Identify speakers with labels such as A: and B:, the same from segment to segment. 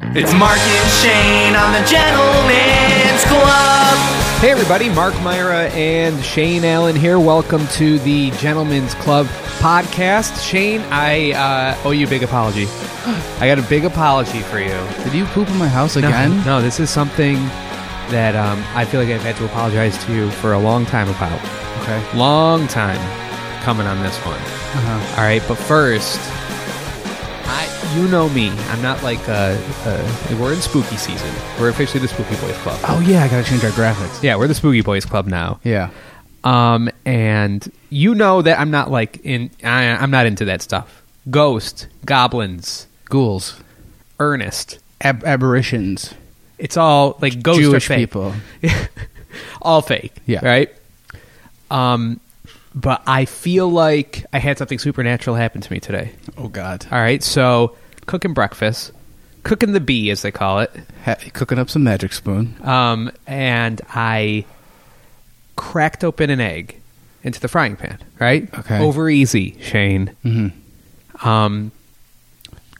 A: It's Mark and Shane on the Gentleman's Club.
B: Hey everybody, Mark Myra and Shane Allen here. Welcome to the Gentlemen's Club podcast. Shane, I uh, owe you a big apology. I got a big apology for you.
C: Did you poop in my house
B: No,
C: again?
B: No, this is something that um, I feel like I've had to apologize to you for a long time about.
C: Okay.
B: Long time coming on this one.
C: Uh-huh.
B: All right, but first, I you know me. I'm not like uh, uh, we're in spooky season. We're officially the Spooky Boys Club.
C: Oh yeah, I gotta change our graphics.
B: Yeah, we're the Spooky Boys Club now.
C: Yeah.
B: Um, and you know that I'm not like in. I, I'm not into that stuff. Ghost, goblins,
C: Ghouls,
B: Ernest.
C: Ab- aberrations,
B: It's all like ghost
C: Jewish
B: or fake.
C: people.
B: all fake.
C: Yeah.
B: Right. Um, but I feel like I had something supernatural happen to me today.
C: Oh God.
B: All right, so cooking breakfast, cooking the bee as they call it,
C: Ha- cooking up some magic spoon.
B: um, and I cracked open an egg into the frying pan. Right.
C: Okay.
B: Over easy, Shane. Mm-hmm. Um,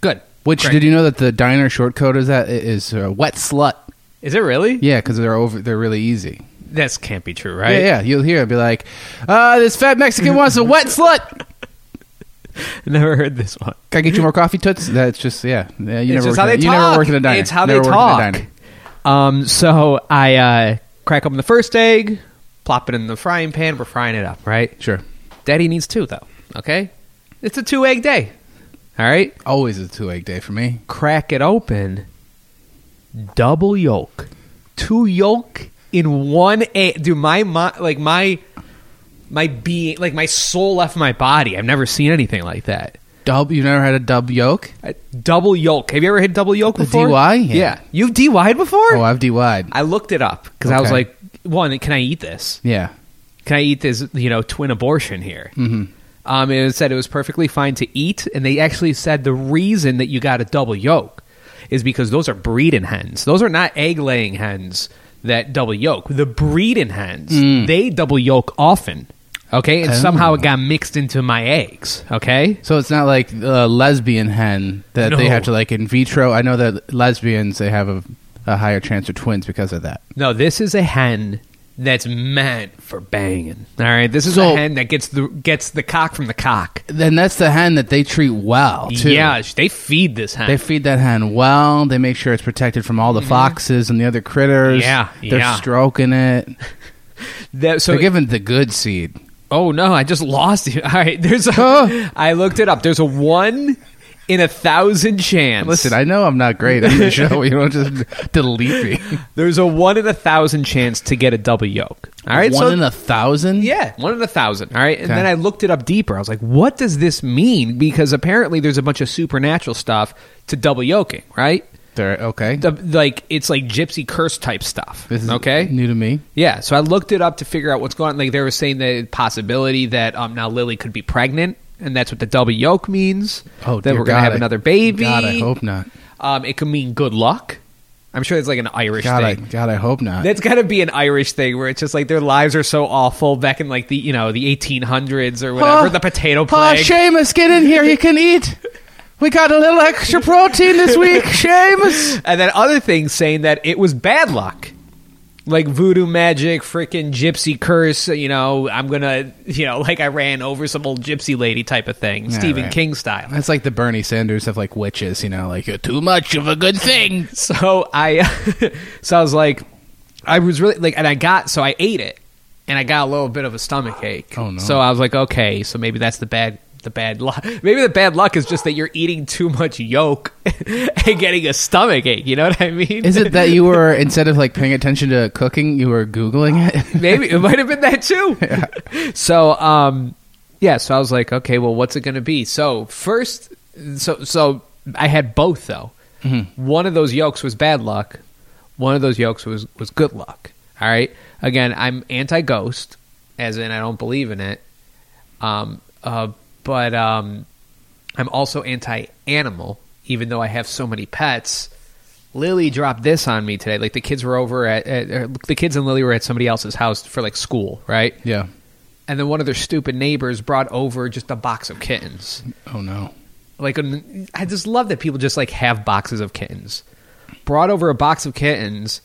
B: good.
C: Which
B: Great.
C: did you know that the diner short code is that it is uh, wet slut?
B: Is it really?
C: Yeah, because they're over. They're really easy.
B: This can't be true, right?
C: Yeah, yeah. You'll hear it be like, uh, "This fat Mexican wants a wet slut."
B: Never heard this one.
C: Can I get you more coffee toots? That's just yeah. yeah you
B: it's just
C: never worked
B: how
C: in
B: they
C: a-
B: talk.
C: you never worked in a diner.
B: It's how
C: Never
B: they
C: worked in a
B: talk.
C: diner.
B: Um, so I uh, crack open the first egg, plop it in the frying pan. We're frying it up, right?
C: Sure.
B: Daddy needs two though. Okay, it's a two egg day. All right,
C: Always a two egg day for me.
B: crack it open. Double yolk, two yolk in one egg. Do my, my like my my being like my soul left my body. I've never seen anything like that.
C: Dub. You never had a dub yolk?
B: Uh, Double yolk. Have you ever hit double yolk
C: A
B: before?
C: DY?
B: Yeah.
C: Yeah.
B: You've DY'd before?
C: Oh, I've DY'd.
B: I looked it up because I was
C: Okay.
B: like, one, can I eat this?
C: Yeah.
B: Can I eat this, you know, twin abortion here? Mm-hmm. Um, and it said it was perfectly fine to eat. And they actually said the reason that you got a double yolk is because those are breeding hens. Those are not egg laying hens that double yolk. The breeding hens,
C: Mm.
B: they double yolk often. Okay. And
C: Oh.
B: somehow it got mixed into my eggs. Okay.
C: So it's not like a lesbian hen that
B: No.
C: they have to like in vitro. I know that lesbians they have a, a higher chance of twins because of that.
B: No, this is a hen that's meant for banging. All right, this is
C: So-
B: a hen that gets the gets the cock from the cock.
C: Then that's the hen that they treat well too.
B: Yeah, sh- they feed this hen.
C: They feed that hen well. They make sure it's protected from all the foxes and the other critters.
B: Mm-hmm. Yeah,
C: they're
B: yeah.
C: stroking it.
B: That- so
C: They're giving the good seed.
B: oh no, I just lost you. All right, there's a,
C: Huh?
B: I looked it up. There's a one in a thousand chance.
C: Listen, I know I'm not great on the show. You don't just delete me.
B: there's a one in a thousand chance to get a double yolk. All right,
C: one
B: so
C: in a thousand.
B: Yeah, one in a thousand. All right, and
C: Okay.
B: then I looked it up deeper. I was like, "What does this mean?" Because apparently, there's a bunch of supernatural stuff to double yoking, right?
C: They're- okay.
B: the, like it's like gypsy curse type stuff.
C: This is
B: okay,
C: new to me.
B: yeah. So I looked it up to figure out what's going on. Like they were saying the possibility that um now Lily could be pregnant, and that's what the double yolk means.
C: Oh,
B: that
C: dear
B: we're gonna
C: God,
B: have
C: I-
B: another baby.
C: God, I hope not.
B: Um, it could mean good luck. I'm sure it's like an Irish
C: God, I,
B: thing.
C: God, I hope not.
B: That's got to be an Irish thing where it's just like their lives are so awful back in like the you know the 1800s or whatever
C: Oh,
B: the potato
C: Oh,
B: plague.
C: Seamus, get in here. You can eat. We got a little extra protein this week, Seamus.
B: and then other things saying that it was bad luck like voodoo magic freaking gypsy curse you know i'm gonna you know like i ran over some old gypsy lady type of thing stephen
C: right.
B: king style
C: That's like the Bernie Sanders of like witches, you know, like you're too much of a good thing.
B: so i so i was like i was really like and i got so i ate it and i got a little bit of a stomach ache
C: Oh, no.
B: so i was like okay so maybe that's the bad the bad luck maybe the bad luck is just that you're eating too much yolk and getting a stomach ache you know what i mean
C: Is it that you were instead of like paying attention to cooking, you were googling it?
B: Maybe it might have been that too. So, um, yeah. So I was like, okay, well, what's it going to be? So first, so so I had both though. One of those yolks was bad luck. One of those yolks was was good luck. All right. Again, I'm anti ghost, as in I don't believe in it. Um, uh, but um, I'm also anti animal, even though I have so many pets. Lily dropped this on me today. Like the kids were over at, at er, the kids and Lily were at somebody else's house for like school, right?
C: yeah.
B: And then one of their stupid neighbors brought over just a box of kittens. um,
C: Oh no.
B: Like an- I just love that people just like have boxes of kittens. brought over a box of kittens,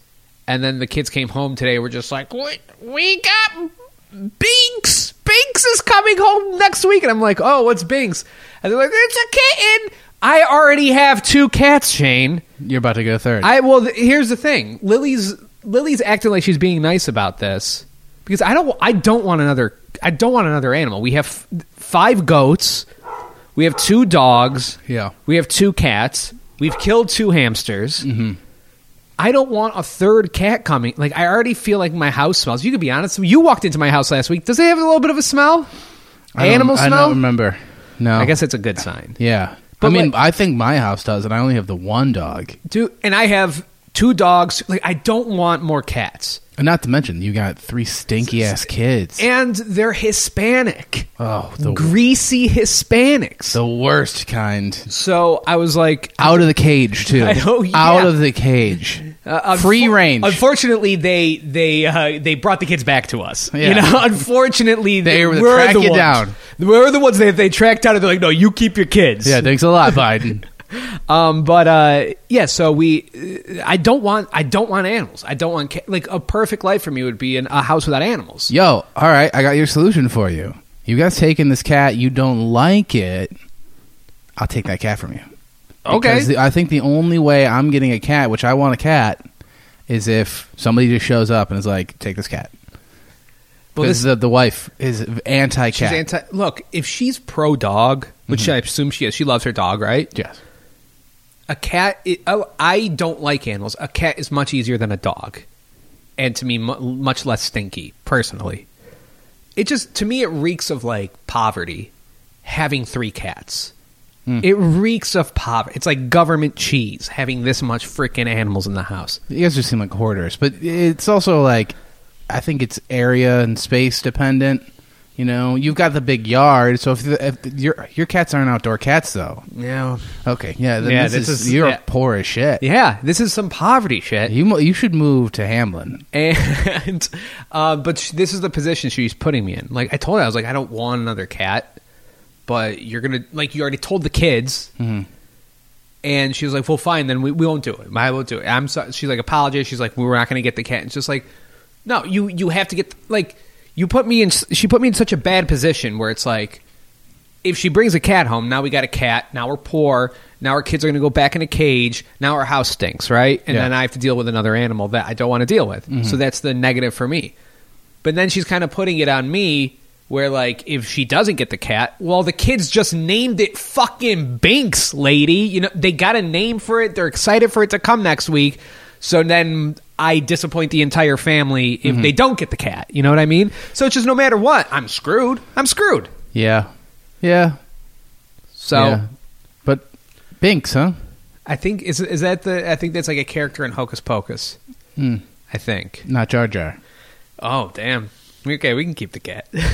B: and then the kids came home today. We're just like, we, we got Binks. Binks is coming home next week, and I'm like, oh, what's Binks? And they're like, it's a kitten. I already have two cats, Shane.
C: You're about to go third.
B: I well, th- here's the thing. Lily's Lily's acting like she's being nice about this because I don't I don't want another I don't want another animal. We have f- five goats. We have two dogs.
C: Yeah.
B: We have two cats. We've killed two hamsters. Mm-hmm. I don't want a third cat coming. Like I already feel like my house smells. You could be honest. You walked into my house last week. Does it have a little bit of a smell?
C: I don't-
B: Animal
C: I
B: smell.
C: don't remember. No.
B: I guess it's a good sign.
C: Yeah.
B: But
C: I mean,
B: like-
C: I think my house does, and I only have the one dog.
B: Dude, and I have two dogs. Like I don't want more cats.
C: And not to mention, you got three stinky ass kids.
B: and they're Hispanic,
C: Oh, the,
B: greasy Hispanics.
C: the worst kind.
B: So I was like,
C: Out of the cage too.
B: I know, yeah.
C: Out of the cage.
B: uh, unfor-
C: Free range.
B: Unfortunately, they they uh, they brought the kids back to us. You
C: Yeah.
B: know, unfortunately, they,
C: were the
B: we're
C: track
B: the
C: you
B: ones.
C: down.
B: We're the ones that they tracked down. And they're like, no, you keep your kids.
C: yeah, thanks a lot, Biden.
B: Um, but uh, yeah, so we, uh, I don't want, I don't want animals. I don't want ca- like a perfect life for me would be in a house without animals.
C: Yo, all right, I got your solution for you. You guys taking this cat, you don't like it. I'll take that cat from you.
B: Okay.
C: Because the- I think the only way I'm getting a cat, which I want a cat, is if somebody just shows up and is like, "Take this cat."
B: Well,
C: Because the, the wife is anti
B: She's
C: cat. Mm-hmm.
B: anti. Look, if she's pro dog, which I assume she is, she loves her dog, right?
C: yes.
B: A cat. i oh, I don't like animals. A cat is much easier than a dog, and to me, mu much less stinky. Personally, it just to me it reeks of like poverty. Having three cats,
C: Hmm.
B: it reeks of poverty. It's like government cheese having this much freaking animals in the house.
C: You guys just seem like hoarders, but it's also like I think it's area and space dependent. You know, you've got the big yard, so if, the, if the- your your cats aren't outdoor cats though,
B: Yeah,
C: okay, yeah, then
B: Yeah,
C: this,
B: this
C: is,
B: is-
C: you're
B: yeah.
C: poor as shit.
B: yeah. This is some poverty shit.
C: You mo- you should move to Hamlin.
B: and uh, but sh- this is the position she's putting me in. Like I told her, I was like, I don't want another cat, but you're gonna like you already told the kids, and she was like, well, fine, then we, we won't do it. I won't do it. I'm sorry. She's like, apologize. She's like, we were not gonna get the cat. And it's just like, no, you you have to get like you put me in. s- She put me in such a bad position where it's like. If she brings a cat home, now we got a cat. Now we're poor. Now our kids are going to go back in a cage. Now our house stinks, right? And
C: Yeah.
B: then I have to deal with another animal that I don't want to deal with. So that's the negative for me. But then she's kind of putting it on me where, like, if she doesn't get the cat, well, the kids just named it fucking Binks, lady. You know, they got a name for it. They're excited for it to come next week. So then I disappoint the entire family if they don't get the cat. You know what I mean? So it's just no matter what, I'm screwed. I'm screwed.
C: Yeah, yeah,
B: So
C: yeah. But Binks, huh?
B: I think is is that the I think that's like a character in Hocus Pocus.
C: Hmm.
B: I think.
C: Not Jar Jar.
B: Oh damn. Okay, we can keep the cat.
C: Binks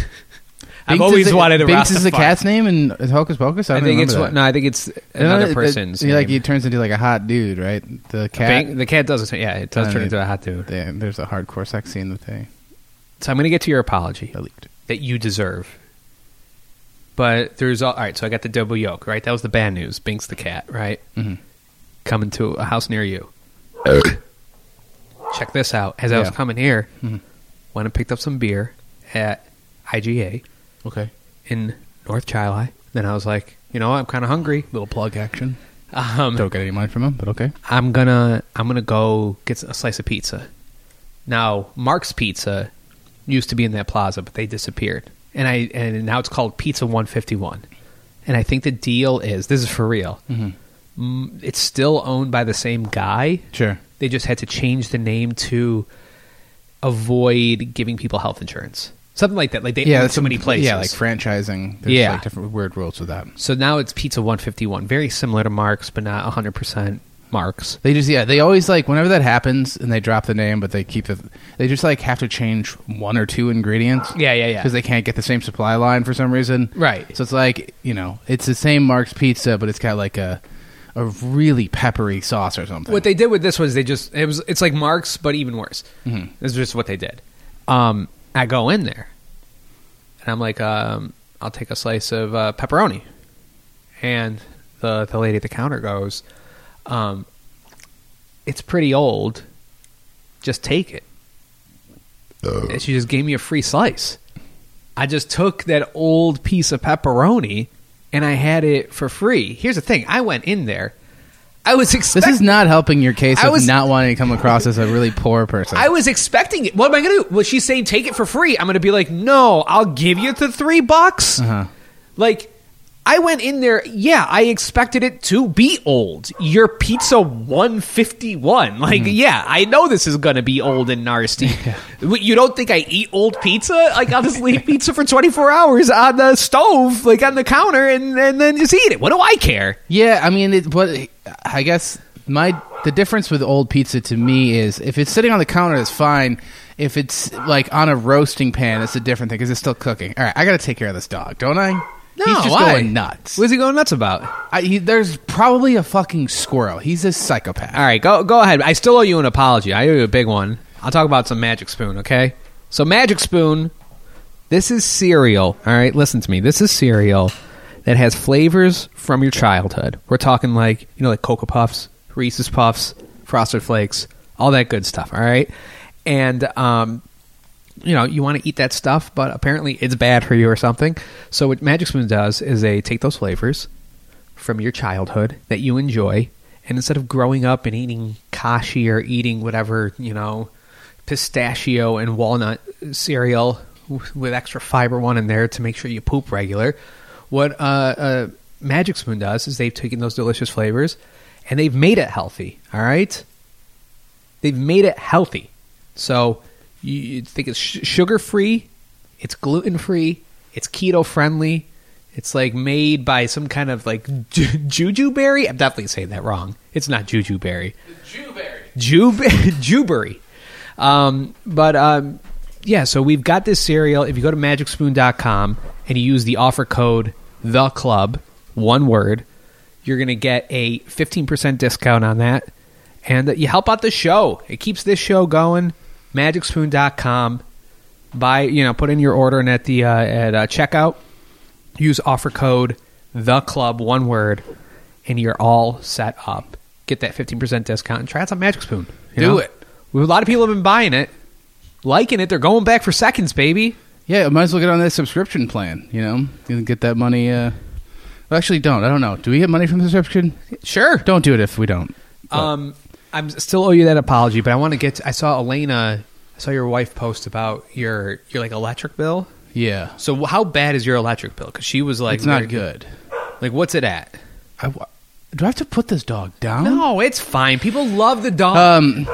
B: I've
C: is
B: always
C: the-
B: wanted a
C: Binks is the
B: Rastafari.
C: cat's name in Hocus Pocus. I,
B: I
C: don't
B: think
C: remember
B: it's
C: that.
B: what, no. I think it's
C: You know,
B: another
C: that-
B: person's.
C: he, Like
B: name.
C: he turns into like a hot dude, right? The cat.
B: Bang- the cat does. Yeah, it does
C: I
B: turn
C: mean,
B: into a hot dude.
C: they- there's a hardcore sex scene that they
B: So I'm going to get to your apology
C: that leaked.
B: that you deserve. But there's all, all right. So I got the double yolk. Right, that was the bad news. Binks the cat. Right,
C: Mhm.
B: coming to a house near you. Check this out. As I was
C: Yeah.
B: coming here,
C: Mhm.
B: went and picked up some beer at IGA
C: Okay.
B: in North Chilai. Then I was like, you know, what? I'm kind of hungry.
C: Little plug action.
B: Um,
C: Don't get any money from him, but okay.
B: I'm gonna I'm gonna go get a slice of pizza. Now Mark's Pizza used to be in that plaza, but they disappeared, and I and now it's called Pizza 151. And I think the deal is this is for real.
C: Mm-hmm.
B: Mm, It's still owned by the same guy.
C: Sure.
B: They just had to change the name to avoid giving people health insurance, something like that. Like they own
C: that's
B: so many
C: some-
B: places.
C: Yeah, like franchising. There's
B: Yeah.
C: like different weird rules with that.
B: so now it's Pizza 151, very similar to Mark's, but not 100 percent Mark's.
C: They just yeah, they always like whenever that happens and they drop the name, but they keep the they just like have to change one or two ingredients.
B: Yeah, yeah, yeah.
C: Because they can't get the same supply line for some reason.
B: Right.
C: So it's like you know, it's the same Mark's Pizza, but it's got like a a really peppery sauce or something.
B: What they did with this was they just it was it's like Mark's but even worse. mm
C: Mm-hmm.
B: It's just what they did. Um, I go in there, and I'm like, um, I'll take a slice of uh, pepperoni, and the the lady at the counter goes, um, it's pretty old. Just take it.
C: Oh.
B: And she just gave me a free slice. I just took that old piece of pepperoni and I had it for free. Here's the thing I went in there. I was
C: This
B: expecting.
C: is not helping your case
B: I
C: of
B: was-
C: not wanting to come across as a really poor person.
B: I was expecting it. What am I going to do? Well, she's saying take it for free. I'm going to be like, no, I'll give you the three bucks.
C: Uh-huh.
B: Like, I went in there. Yeah, I expected it to be old. Your pizza 151. Like, yeah, I know this is going to be old and nasty. Wait, You don't think I eat old pizza? Like, I'll just leave pizza for 24 hours on the stove, like on the counter, and, and then just eat it. What do I care?
C: Yeah, I mean, it, what I guess my the difference with old pizza to me is if it's sitting on the counter, it's fine. If it's like on a roasting pan, it's a different thing because it's still cooking. All right, I got to take care of this dog, don't I? He's just
B: why?
C: going nuts.
B: What's he going nuts about?
C: I, he, there's probably a fucking squirrel. He's a psychopath.
B: All right, go go ahead. I still owe you an apology. I owe you a big one. I'll talk about some Magic Spoon, okay? So Magic Spoon, this is cereal. All right, listen to me. This is cereal that has flavors from your childhood. We're talking like you know, like Cocoa Puffs, Reese's Puffs, Frosted Flakes, all that good stuff. All right, and um, you know, you want to eat that stuff, but apparently it's bad for you or something. So what Magic Spoon does is they take those flavors from your childhood that you enjoy, and instead of growing up and eating kashi or eating whatever you know, pistachio and walnut cereal w- with extra fiber one in there to make sure you poop regular, what uh, uh, Magic Spoon does is they've taken those delicious flavors and they've made it healthy. All right they've made it healthy. So you, you think it's sh- sugar free, it's gluten free, it's keto friendly. It's like made by some kind of like ju- juju berry. I'm definitely saying that wrong. It's not juju berry. Juberry. Juberry. Um, but um, yeah, so we've got this cereal. If you go to magicspoon.com and you use the offer code the club, one word, you're going to get a 15% discount on that. And you help out the show. It keeps this show going. Magicspoon.com. Buy, you know, put in your order and at the uh, at uh, checkout, use offer code the club one word, and you're all set up. Get that 15% discount and try out some Magic Spoon. you
C: Do
B: know?
C: it.
B: A lot of people have been buying it, liking it. They're going back for seconds, baby.
C: Yeah, might as well get on that subscription plan. You know, You can get that money. Uh, well, actually, don't. I don't know. Do we get money from the subscription?
B: Sure.
C: Don't do it if we don't.
B: Um, I'm still owe you that apology, but I want to get. I saw Elena. I saw your wife post about your your like electric bill.
C: Yeah,
B: So how bad is your electric bill? Because she was like,
C: it's not
B: very-
C: good.
B: Like, what's it at?
C: I wa- do I have to put this dog down?
B: No, it's fine. People love the dog.
C: Um,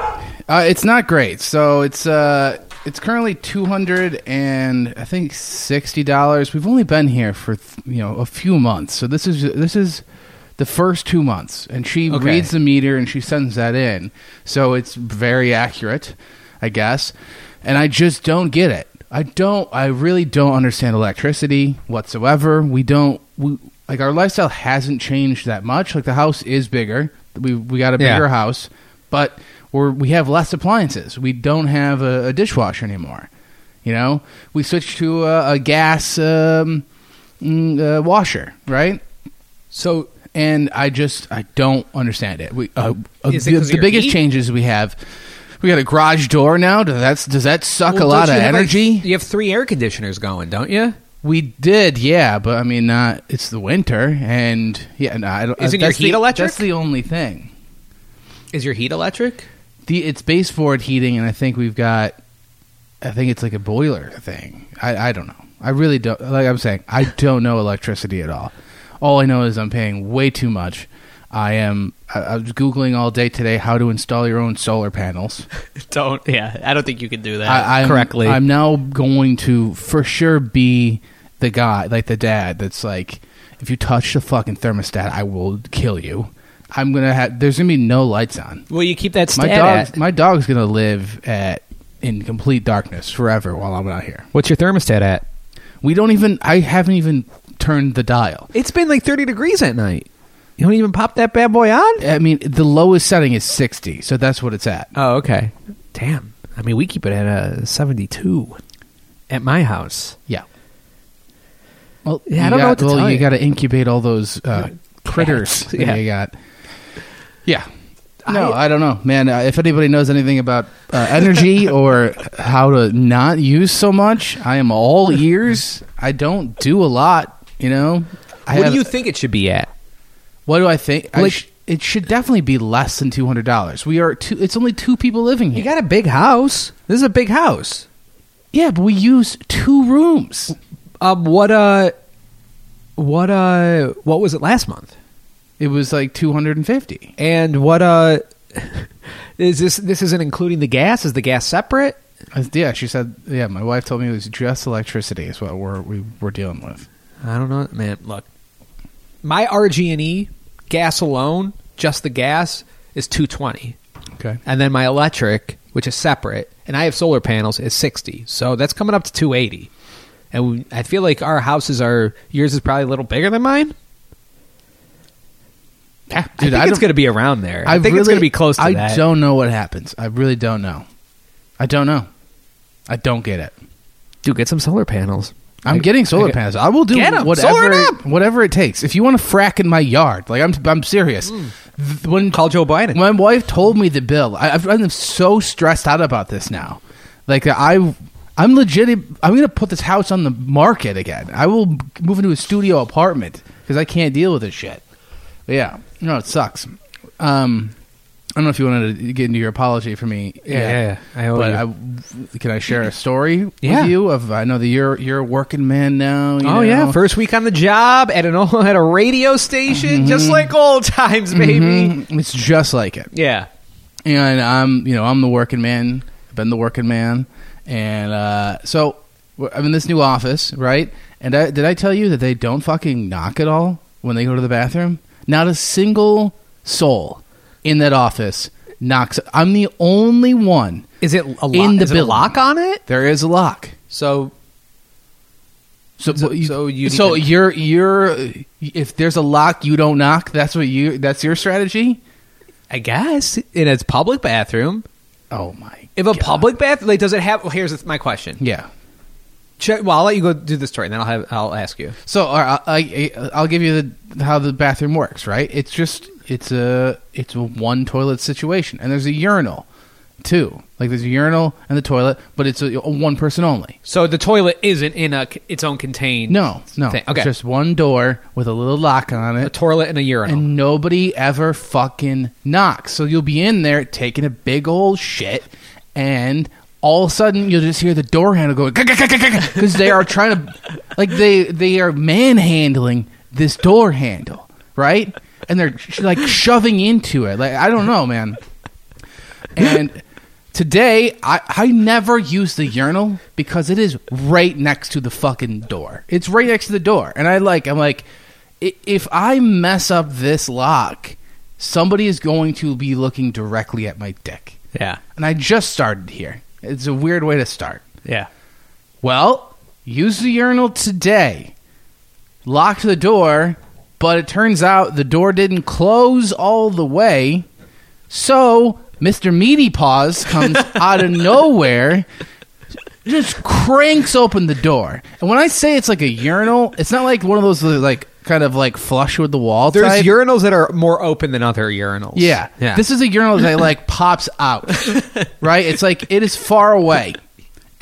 C: uh, it's not great. So it's uh, it's currently two hundred and I think sixty dollars. We've only been here for th- you know a few months. So this is this is the first two months, and she
B: Okay.
C: reads the meter and she sends that in. So it's very accurate, I guess. And I just don't get it. I don't. I really don't understand electricity whatsoever. We don't. We like our lifestyle hasn't changed that much. Like the house is bigger. We we got a
B: Yeah.
C: bigger house house, but we're, we have less appliances. We don't have a, a dishwasher anymore. You know, we switched to a, a gas um, mm, uh, washer, right?
B: so
C: And I just I don't understand it. We uh, uh,
B: Is it
C: the,
B: 'cause of
C: the
B: your
C: biggest
B: heat?
C: changes we have. We got a garage door now. Does that does that suck
B: Well,
C: a lot
B: don't
C: of
B: you have, like,
C: energy?
B: you have three air conditioners going, don't you?
C: we did, yeah, but I mean, not it's the winter, and yeah, no, I don't. uh,
B: Isn't your
C: that's
B: heat
C: the,
B: electric?
C: That's the only thing.
B: Is your heat electric?
C: the it's baseboard heating, and I think we've got, I think it's like a boiler thing. I, I don't know. I really don't. Like I'm saying, I don't know electricity at all. All I know is I'm paying way too much. I am. I, I was googling all day today how to install your own solar panels.
B: Don't. Yeah, I don't think you can do that
C: I, I'm,
B: Uh, correctly.
C: I'm now going to for sure be the guy, like the dad, that's like, if you touch the fucking thermostat, I will kill you. I'm gonna have. There's gonna be no lights on.
B: Will you keep that
C: My
B: stat
C: dog,
B: at?
C: my dog's gonna live at in complete darkness forever while I'm not here.
B: What's your thermostat at?
C: We don't even. I haven't even turned the dial.
B: It's been like 30 degrees at night. You don't even pop that bad boy on?
C: I mean, the lowest setting is 60, so that's what it's at.
B: Oh, okay. Damn. I mean, we keep it at uh, 72 at my house.
C: Yeah. Well,
B: Yeah, I
C: you
B: don't know
C: got-
B: what to
C: well,
B: tell
C: you.
B: you.
C: got to incubate all those uh, critters that
B: Yeah.
C: you got. Yeah. No, I, don't know, man. Uh, if anybody knows anything about uh, energy or how to not use so much, I am all ears. I don't do a lot, you know. I
B: what
C: have-
B: do you think it should be at?
C: What do I think? I
B: Like-
C: sh- it should definitely be less than two hundred dollars. We are two. It's only two people living here.
B: You got a big house. This is a big house.
C: yeah, but we use two rooms.
B: Um, what uh, what uh, what was it last month?
C: It was like two hundred and fifty.
B: And what uh, is this? This isn't including the gas. Is the gas separate?
C: Yeah, she said. Yeah, my wife told me it was just electricity is what we're we, we're dealing with.
B: I don't know, man. Look, my RG and E gas alone, just the gas is two twenty,
C: Okay.
B: and then my electric, which is separate, and I have solar panels, is sixty. So that's coming up to two eighty, and we, I feel like our houses are yours is probably a little bigger than mine.
C: Yeah,
B: I think it's
C: don't-
B: going to be around there. I, think it's
C: really-
B: going to be close to
C: I
B: that.
C: don't know what happens. I really don't know. I don't know. I don't get it.
B: Dude, get some solar panels.
C: I'm
B: I-
C: getting solar
B: I-
C: panels. I will do
B: Get 'em. Solar
C: whatever
B: it up.
C: whatever it takes. If you want to frack in my yard, like I'm I'm serious. Th- When
B: Hmm. Call Joe Biden.
C: my wife told me the bill. I, I've- I'm so stressed out about this now. Like I, I'm legit. I'm gonna put this house on the market again. I will move into a studio apartment because I can't deal with this shit. But yeah, no, it sucks. Um, I don't know if you wanted to get into your apology for me.
B: Yeah, yeah, yeah. I owe
C: but
B: you.
C: I, can I share a story
B: Yeah.
C: with you? Of I know that you're you're a working man now. you
B: Oh yeah,
C: know?
B: first week on the job at an at a radio station, just like old times, baby.
C: Mhm. It's just like it.
B: Yeah.
C: and I'm you know I'm the working man. I've been the working man, and uh, so we're- I'm in this new office, right? And I, did I tell you that they don't fucking knock at all when they go to the bathroom? Not a single soul in that office knocks. I'm the only one.
B: Is it a lock?
C: In the
B: is it a
C: building.
B: lock on it?
C: There is a lock.
B: So
C: So,
B: So-
C: but you,
B: so you need
C: so
B: to-
C: you're you're if there's a lock you don't knock that's what you that's your strategy.
B: I guess in a public bathroom.
C: Oh my!
B: If a
C: God.
B: public bathroom, like, does it have? well, here's my question.
C: yeah,
B: Check, well, I'll let you go do the story, and then I'll have I'll ask you.
C: So uh, I, I, I'll give you the, how the bathroom works. Right? It's just it's a it's a one toilet situation, and there's a urinal too. Like there's a urinal and the toilet, but it's a, a one person only.
B: So the toilet isn't in a c- its own contained.
C: No, no,
B: Thing.
C: it's
B: Okay.
C: just one door with a little lock on
B: a
C: it,
B: toilet and a urinal.
C: and nobody ever fucking knocks. So you'll be in there taking a big old shit, and all of a sudden you'll just hear the door handle going because they are trying to, like they they are manhandling this door handle, right? And they're sh- like shoving into it. Like I don't know, man. And today, I, I never use the urinal because it is right next to the fucking door. It's right next to the door. And I like, I'm like, i- if I mess up this lock, somebody is going to be looking directly at my dick.
B: yeah.
C: And I just started here. It's a weird way to start.
B: Yeah.
C: Well, use the urinal today. Locked the door, but it turns out the door didn't close all the way. So Mr. Meaty Paws comes out of nowhere, just cranks open the door. And when I say it's like a urinal, it's not like one of those like kind of like flush with the wall.
B: There's
C: type.
B: urinals that are more open than other urinals.
C: Yeah.
B: Yeah.
C: This is a urinal that like pops out. Right? It's like it is far away.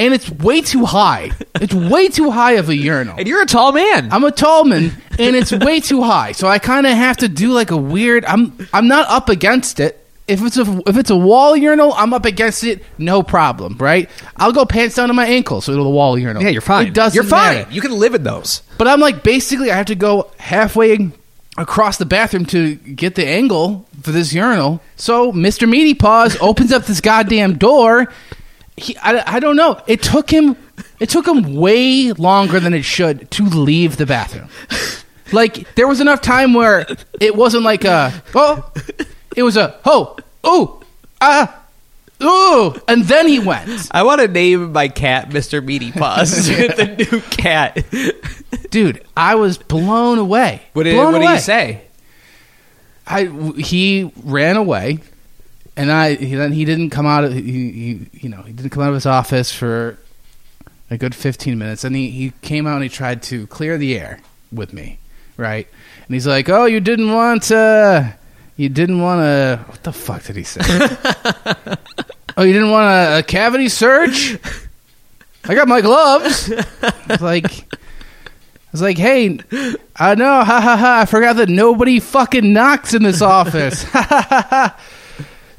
C: And it's way too high. It's way too high of a urinal.
B: and you're a tall man.
C: I'm a tall man and it's way too high. So I kind of have to do like a weird I'm I'm not up against it. If it's a if it's a wall urinal, I'm up against it, no problem, right? I'll go pants down to my ankles so it'll the wall urinal.
B: yeah, you're fine.
C: It doesn't
B: you're fine.
C: matter.
B: You can live in those.
C: But I'm like, basically, I have to go halfway across the bathroom to get the angle for this urinal. So Mr. Meaty Paws opens up this goddamn door. He, I, I don't know. It took him. It took him way longer than it should to leave the bathroom. Like there was enough time where it wasn't like a oh, it was a oh oh ah ooh, and then he went.
B: I want to name my cat Mr. Meaty Paws. the new cat.
C: Dude, I was blown away.
B: What did,
C: blown
B: what did
C: away.
B: you say?
C: I he ran away, and I he, then he didn't come out of he, he you know he didn't come out of his office for a good fifteen minutes, and he he came out and he tried to clear the air with me, right? And he's like, "Oh, you didn't want to." You didn't want to. What the fuck did he say? oh, you didn't want a, a cavity search? I got my gloves. I was like, I was like, hey, I know, ha ha ha. I forgot that nobody fucking knocks in this office. Ha ha ha ha.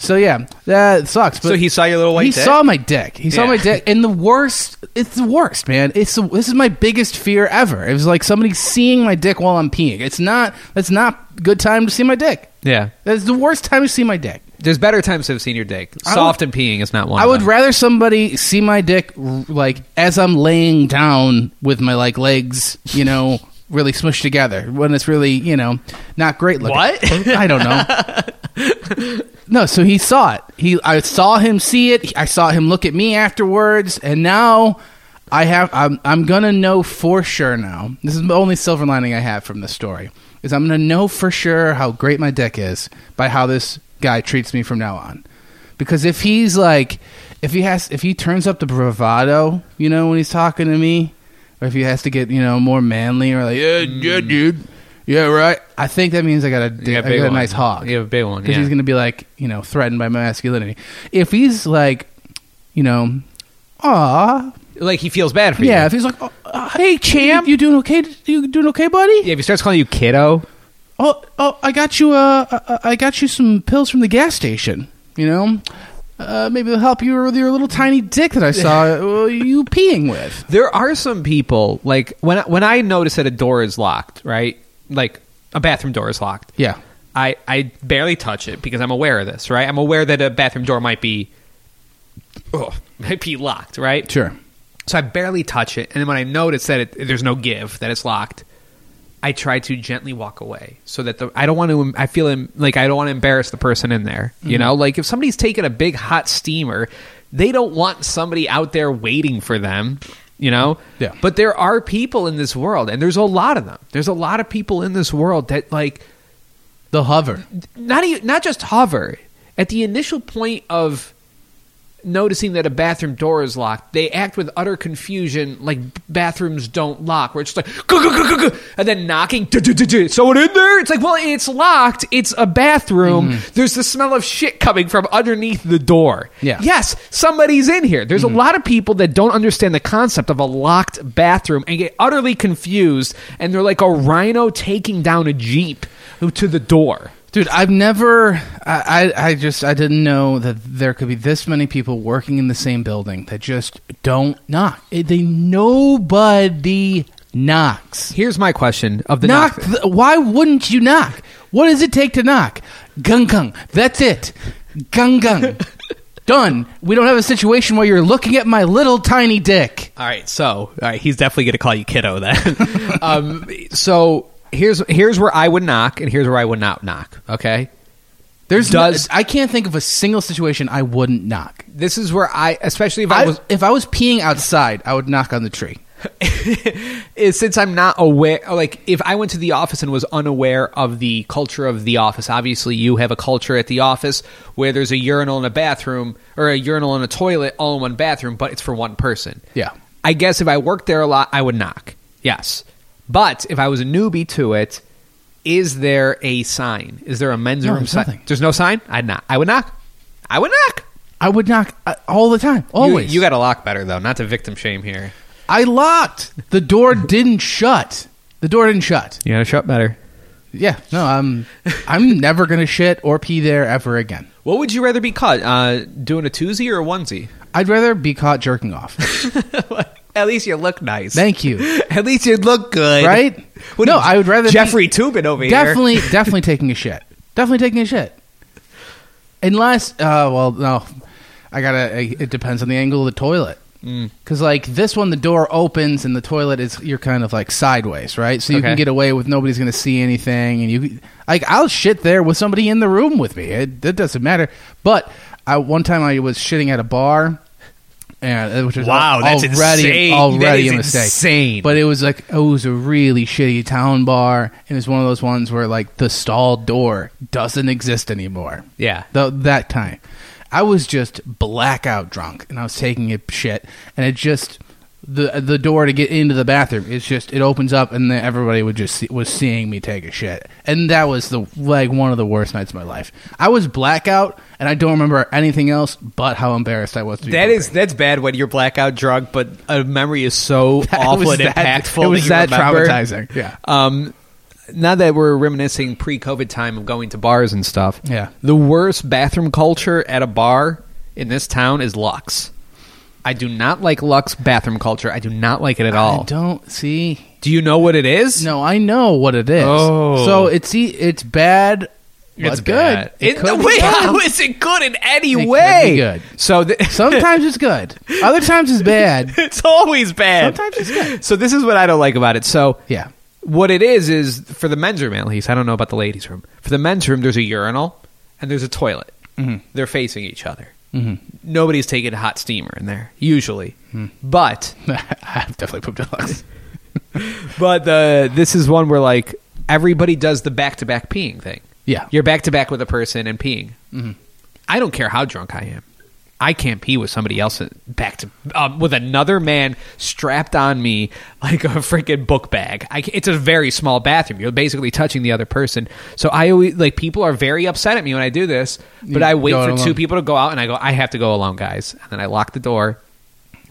C: So yeah, that sucks. But
D: So he saw your little white
C: he
D: dick?
C: saw my dick. He saw
D: Yeah.
C: my dick, and the worst. It's the worst, man. It's the, this is my biggest fear ever. It was like somebody seeing my dick while I'm peeing. It's not. That's not a good time to see my dick.
B: Yeah.
C: That's the worst time to see my dick.
B: There's better times to have seen your dick.
C: I would-
B: Soft and peeing is not one.
C: I
B: of
C: would
B: them.
C: rather somebody see my dick r- like as I'm laying down with my like legs, you know, really smushed together when it's really, you know, not great looking.
D: What?
C: I don't know. No, so he saw it. He I saw him see it. I saw him look at me afterwards, and now I have I'm I'm going to know for sure now. This is the only silver lining I have from this story. Is I'm going to know for sure how great my dick is by how this guy treats me from now on. Because if he's like, if he has, if he turns up the bravado, you know, when he's talking to me, or if he has to get, you know, more manly or like, yeah, yeah, dude, yeah, right. I think that means I got a,
B: Mm. You
C: di-
B: got a
C: I
B: big
C: got a
B: one.
C: nice hog
B: You have a big one.
C: because
B: Yeah.
C: he's going to be like, you know, threatened by my masculinity. If he's like, you know, ah,
B: like he feels bad for you.
C: yeah. If he's like, "Aw, uh, hey, champ, you, doing okay? You doing okay, buddy?
B: Yeah, if he starts calling you kiddo,
C: Oh, oh, I got you. Uh, I- I got you some pills from the gas station. You know, uh, maybe it'll help you with your little tiny dick that I saw uh, you peeing with.
B: there are some people like when I, when I notice that a door is locked, right? Like a bathroom door is locked.
C: Yeah,
B: I I barely touch it because I'm aware of this, right? I'm aware that a bathroom door might be oh, might be locked, right?
C: sure.
B: So I barely touch it, and then when I notice that it, there's no give, that it's locked, I try to gently walk away so that the I don't want to. I feel em- like I don't want to embarrass the person in there. You know, like if somebody's taking a big hot steamer, they don't want somebody out there waiting for them. You know,
C: Yeah.
B: But there are people in this world, and there's a lot of them. There's a lot of people in this world that like
C: The hover.
B: not even, not just hover at the initial point of noticing that a bathroom door is locked they act with utter confusion like bathrooms don't lock where it's just like "Gah, gah, gah, gah, gah," and then knocking "Duh, duh, duh, duh." someone in there it's like well it's locked it's a bathroom there's the smell of shit coming from underneath the door
C: Yeah.
B: yes somebody's in here there's a lot of people that don't understand the concept of a locked bathroom and get utterly confused and they're like a rhino taking down a jeep to the door
C: Dude, I've never. I, I I just I didn't know that there could be this many people working in the same building that just don't knock. It- They nobody knocks.
B: Here's my question of the
C: knock.
B: knock.
C: th- why wouldn't you knock? What does it take to knock? Gung gung. That's it. Gung gung. Done. We don't have a situation where you're looking at my little tiny dick.
B: All right, so all right, he's definitely going to call you kiddo then. um, so here's here's where I would knock, and here's where I would not knock. Okay,
C: There's
B: Does-
C: no, I can't think of a single situation I wouldn't knock.
B: this is where I, especially if I,
C: I,
B: was,
C: if I was peeing outside, I would knock on the tree.
B: is since I'm not aware. Like if I went to the office and was unaware of the culture of the office. Obviously, you have a culture at the office where there's a urinal and a bathroom, or a urinal and a toilet, all in one bathroom, but it's for one person.
C: Yeah.
B: I guess if I worked there a lot, I would knock. Yes. But if I was a newbie to it, is there a sign? Is there a men's
C: No,
B: room
C: there's
B: sign?
C: nothing.
B: There's no sign? I'd knock. I would knock. I would knock.
C: I would knock uh, all the time.
B: You-
C: Always.
B: You, got to lock better, though, not to victim shame here.
C: I locked. The door didn't shut. The door didn't shut.
B: You got to shut better.
C: Yeah. No, I'm I'm never going to shit or pee there ever again.
B: What would you rather be caught? Uh, doing a twosie or a onesie?
C: I'd rather be caught jerking off.
B: At least you look nice.
C: Thank you.
B: At least you look good.
C: Right?
B: What
C: no,
B: do you-
C: I would rather be-
B: Jeffrey Toobin over here.
C: definitely, Definitely taking a shit. Definitely taking a shit. Unless, uh, well, no. I gotta, I- it depends on the angle of the toilet.
D: Mm.
C: Because, like, this one, the door opens and the toilet is, you're kind of like sideways, right? So you
B: Okay.
C: can get away with nobody's gonna see anything. And you, like, I'll shit there with somebody in the room with me. It, it doesn't matter. But I, one time I was shitting at a bar. And, uh, which is
D: Wow, that's
C: already,
D: insane.
C: already
D: That
C: a
D: is
C: mistake.
D: insane.
C: But it was like it was a really shitty town bar, and it's one of those ones where like the stall door doesn't exist anymore.
B: Yeah.
C: Tho- that time, I was just blackout drunk, and I was taking a shit, and it just the the door to get into the bathroom. It's just it opens up and then everybody would just see, was seeing me take a shit, and that was the like one of the worst nights of my life. I was blackout and I don't remember anything else but how embarrassed I was. To be
B: That
C: pooping.
B: is that's bad when you're blackout drunk, but a memory is so
C: That
B: awful
C: was
B: and
C: that-
B: impactful.
C: it was
B: that, you
C: that
B: remember.
C: traumatizing, yeah.
B: Um, now that we're reminiscing pre-COVID time of going to bars and stuff,
C: Yeah.
B: the worst bathroom culture at a bar in this town is Lux. I do not like Lux bathroom culture. I do not like it at
C: I
B: all.
C: don't see.
B: Do you know what it is?
C: No, I know what it is.
B: Oh.
C: so it's e- it's bad. but
B: It's
C: good.
B: bad.
C: It
B: It-
C: could be
B: wait,
C: bad.
B: how is it good in any
C: could be
B: way?
C: good.
B: So th-
C: Sometimes it's good. Other times it's bad.
B: it's always bad.
C: Sometimes it's good.
B: So this is what I don't like about it. So
C: Yeah.
B: what it is is for the men's room at least. I don't know about the ladies' room. For the men's room, there's a urinal and there's a toilet. They're facing each other. Nobody's taking a hot steamer in there usually, but
C: I've definitely pooped at Lux.
B: but the this is one where like everybody does the back to back peeing thing.
C: Yeah. Mm-hmm.
B: you're back to back with a person and peeing. I don't care how drunk I am. I can't pee with somebody else back to um, with another man strapped on me like a freaking book bag. I, ca- it's a very small bathroom. You're basically touching the other person. So I always like people are very upset at me when I do this. But
C: You
B: I wait
C: go
B: for
C: out
B: two
C: alone.
B: people to go out, and I go. I have to go alone, guys. And then I lock the door,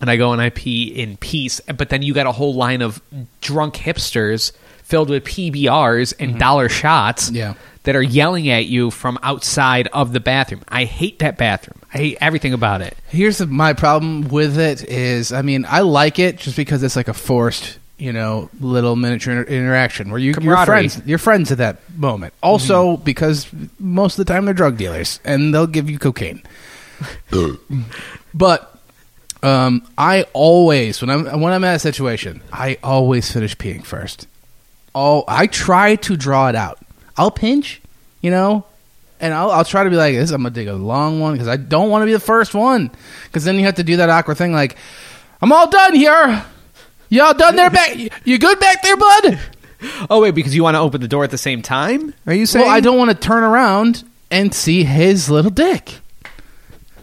B: and I go and I pee in peace. But then you got a whole line of drunk hipsters filled with PBRs and dollar shots
C: Yeah.
B: that are yelling at you from outside of the bathroom. I hate that bathroom. I hate everything about it.
C: Here's the, my problem with it is, I mean, I like it just because it's like a forced, you know, little miniature inter- interaction where you, you're
B: Camaraderie.
C: friends, you're friends at that moment. Also, because most of the time they're drug dealers and they'll give you cocaine. but um, I always when I'm when I'm at a situation, I always finish peeing first. Oh, I try to draw it out. I'll pinch, you know, and I'll, I'll try to be like this. I'm gonna dig a long one because I don't want to be the first one. Because then you have to do that awkward thing like, I'm all done here. Y'all done there back? You good back there, bud?
B: Oh wait, because you want to open the door at the same time? Are you saying?
C: Well, I don't want to turn around and see his little dick.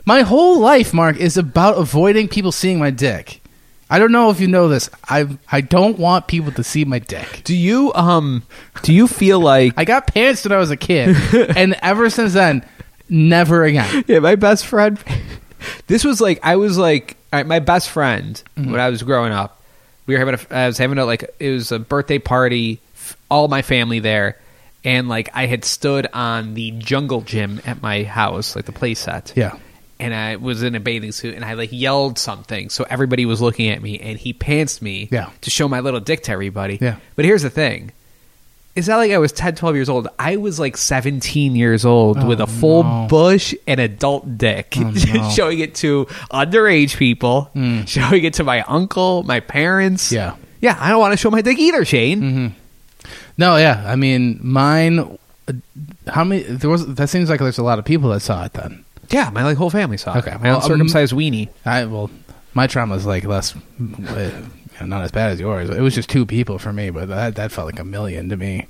C: My whole life, Mark, is about avoiding people seeing my dick. I don't know if you know this. I I don't want people to see my dick.
B: Do you um? Do you feel like?
C: I got pants when I was a kid, and ever since then, never again.
B: yeah, my best friend. this was like I was like all right, my best friend when I was growing up. We were having a, I was having a like it was a birthday party, f- all my family there, and like I had stood on the jungle gym at my house, like the play set.
C: Yeah.
B: And I was in a bathing suit, and I like yelled something, so everybody was looking at me, and he pantsed me
C: Yeah.
B: to show my little dick to everybody.
C: Yeah.
B: But here's the thing: it's not like I was 10, 12 years old. I was like 17 years old
C: Oh,
B: with a full bush and adult dick, showing it to underage people, showing it to my uncle, my parents.
C: Mm. Yeah. Mm-hmm.
B: Yeah, I don't want to show my dick either, Shane.
C: No, yeah. I mean, mine. uh, How many? There was. That seems like there's a lot of people that saw it then.
B: Yeah, my like whole family saw
C: Okay,
B: it. My
C: well, um,
B: uncircumcised weenie.
C: I well, my trauma is like less, uh, not as bad as yours. It was just two people for me, but that that felt like a million to me.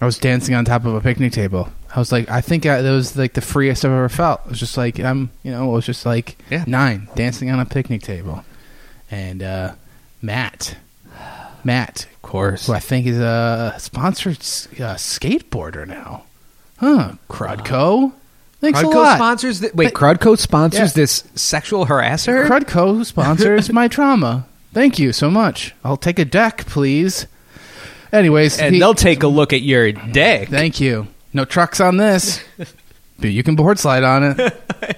C: I was dancing on top of a picnic table. I was like, I think I, that was like the freest I've ever felt. It was just like I'm, you know, it was just like
B: Yeah.
C: nine dancing on a picnic table, and uh, Matt, Matt,
B: Of course.
C: who I think is a sponsored s- uh, skateboarder now, huh? Crudco, thanks a
B: Crudco
C: lot.
B: sponsors. Th- wait,
C: But-
B: Crudco sponsors
C: Yeah.
B: this sexual harasser.
C: Crudco sponsors my trauma. Thank you so much. I'll take a deck, please. Anyways,
B: and
C: he-
B: they'll take a look at your dick.
C: thank you. No trucks on this, but you can board slide on it. but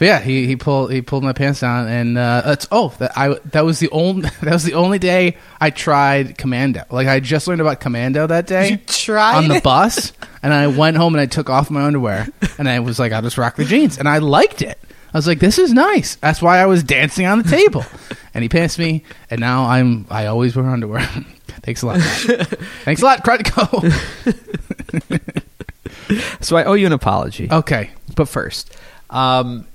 C: yeah, he, he pulled he pulled my pants down, and uh, it's oh that I that was the only that was the only day I tried Commando. Like I just learned about Commando that day.
B: You tried
C: on the
B: it?
C: bus, and I went home and I took off my underwear, and I was like, I'll just rock the jeans, and I liked it. I was like, this is nice. That's why I was dancing on the table, and he pants me, and now I'm I always wear underwear. Thanks a lot. Matt. Thanks a lot, Crudco.
B: So I owe you an apology.
C: Okay.
B: But first, um,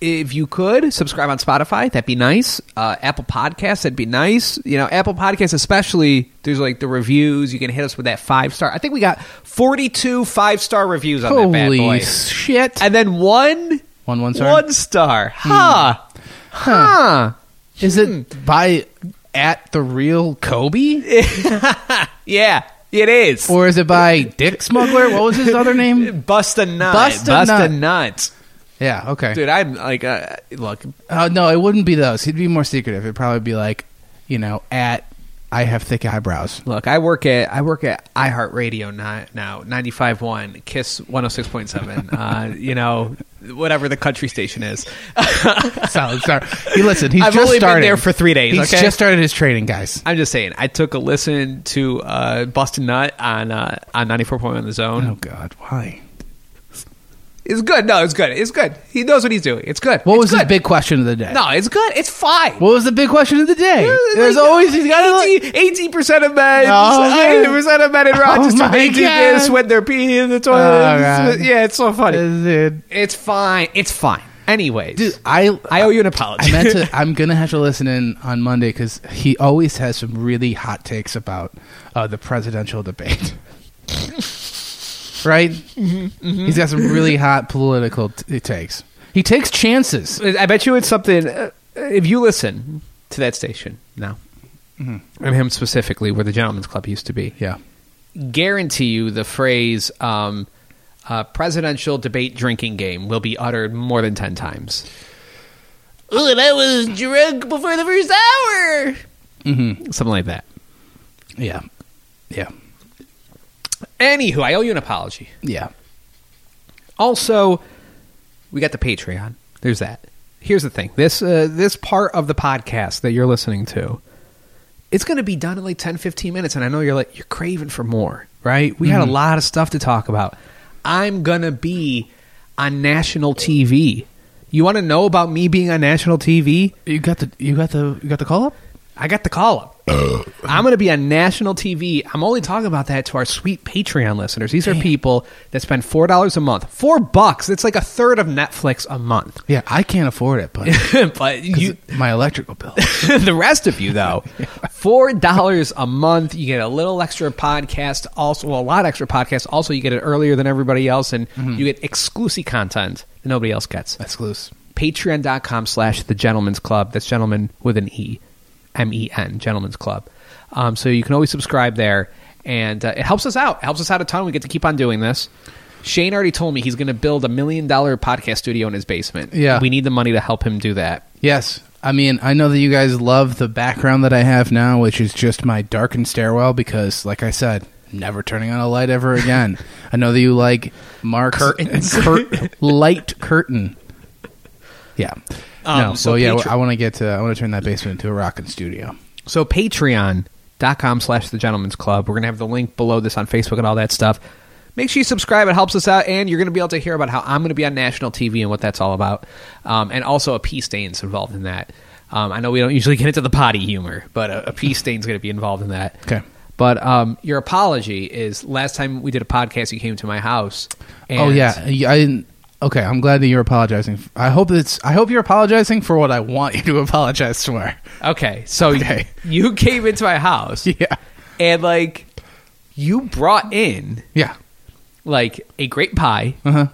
B: if you could subscribe on Spotify, that'd be nice. Uh, Apple Podcasts, that'd be nice. You know, Apple Podcasts, especially, there's like the reviews. You can hit us with that five star. I think we got 42 five star reviews on that bad
C: Holy
B: boy.
C: shit.
B: and then one
C: One one star.
B: One star. Huh. Huh.
C: Is it by at the real Kobe?
B: Yeah, it is.
C: Or is it by Dick Smuggler? What was his other name?
B: Bust a nut.
C: Bust a
B: Bust
C: nut.
B: nut.
C: Yeah, okay.
B: Dude, I'm like, uh, look,
C: Uh, no, it wouldn't be those. He'd be more secretive. It'd probably be like, you know, at I have thick eyebrows.
B: look. I work at I work at iHeartRadio ni- now, ninety five one, Kiss one hundred six point seven. Uh, you know, whatever the country station is.
C: Solid start. He listen. He's
B: I've
C: just
B: only been
C: started
B: there for three days,
C: He's
B: okay?
C: just started his training, guys.
B: I'm just saying. I took a listen to uh, Boston Nut on uh, on ninety four point one The Zone.
C: Oh God, why?
B: It's good. No, it's good. It's good. He knows what he's doing. It's good.
C: What
B: It's
C: was
B: good.
C: his big question of the day?
B: No, it's good. It's fine.
C: What was the big question of the day? There's always he's got to look.
B: eighteen percent of men,
C: Oh, man.
B: eighty percent of men in Rochester
C: my
B: they do
C: God.
B: this when they're peeing in the toilet.
C: Oh, God.
B: yeah, it's so funny.
C: Dude,
B: It's fine. It's fine. Anyways,
C: dude, I
B: I owe you an
C: I
B: apology.
C: meant to. I'm gonna have to listen in on Monday because he always has some really hot takes about uh, the presidential debate. right?
B: Mm-hmm,
C: He's got some really hot political t- takes. He takes chances.
B: I bet you it's something. Uh, if you listen to that station now,
C: Mm-hmm.
B: and him specifically, where the Gentlemen's Club used to be,
C: Yeah.
B: guarantee you the phrase um, uh, "presidential debate drinking game" will be uttered more than ten times. Oh, and I was drunk before the first hour.
C: Mm-hmm.
B: Something like that.
C: Yeah. Yeah.
B: Anywho, I owe you an apology.
C: Yeah.
B: Also, we got the Patreon. There's that. Here's the thing. This uh, this part of the podcast that you're listening to, it's going to be done in like 10, 15 minutes, and I know you're like you're craving for more, right? We had a lot of stuff to talk about. I'm gonna be on national TV. You want to know about me being on national TV?
C: You got the you got the you got the call up.
B: I got the call up. I'm going to be on national TV. I'm only talking about that to our sweet Patreon listeners. These are people that spend four dollars a month, four bucks. It's like a third of Netflix a month.
C: Yeah, I can't afford it, but
B: but you,
C: my electrical bill.
B: the rest of you though, four dollars a month, you get a little extra podcast. Also, well, a lot extra podcast. Also, you get it earlier than everybody else, and you get exclusive content that nobody else gets.
C: That's loose.
B: patreon.com slash the gentleman's club that's gentleman with an e m-e-n gentleman's club um, so you can always subscribe there and uh, it helps us out it helps us out a ton we get to keep on doing this shane already told me he's going to build a million dollar podcast studio in his basement
C: Yeah.
B: we need the money to help him do that
C: Yes. I mean, I know that you guys love the background that I have now, which is just my darkened stairwell because, like I said, never turning on a light ever again. I know that you like Mark
B: Curtains.
C: light curtain. Yeah.
B: Um,
C: no.
B: so
C: So, yeah,
B: Patr-
C: I want to get to, I want to turn that basement into a rocking studio.
B: so patreon.com slash the gentleman's club we're going to have the link below this on facebook and all that stuff make sure you subscribe it helps us out and you're going to be able to hear about how i'm going to be on national tv and what that's all about um, and also a pee stain's involved in that um, i know we don't usually get into the potty humor but a, a pee stain's going to be involved in that
C: Okay.
B: but um, your apology is last time we did a podcast you came to my house and
C: oh yeah, Yeah, I didn't. Okay, I'm glad that you're apologizing. I hope it's. I hope you're apologizing for what I want you to apologize for.
B: okay so
C: Okay.
B: you came into my house
C: Yeah.
B: and like you brought in
C: Yeah.
B: like a great pie.
C: Uh huh.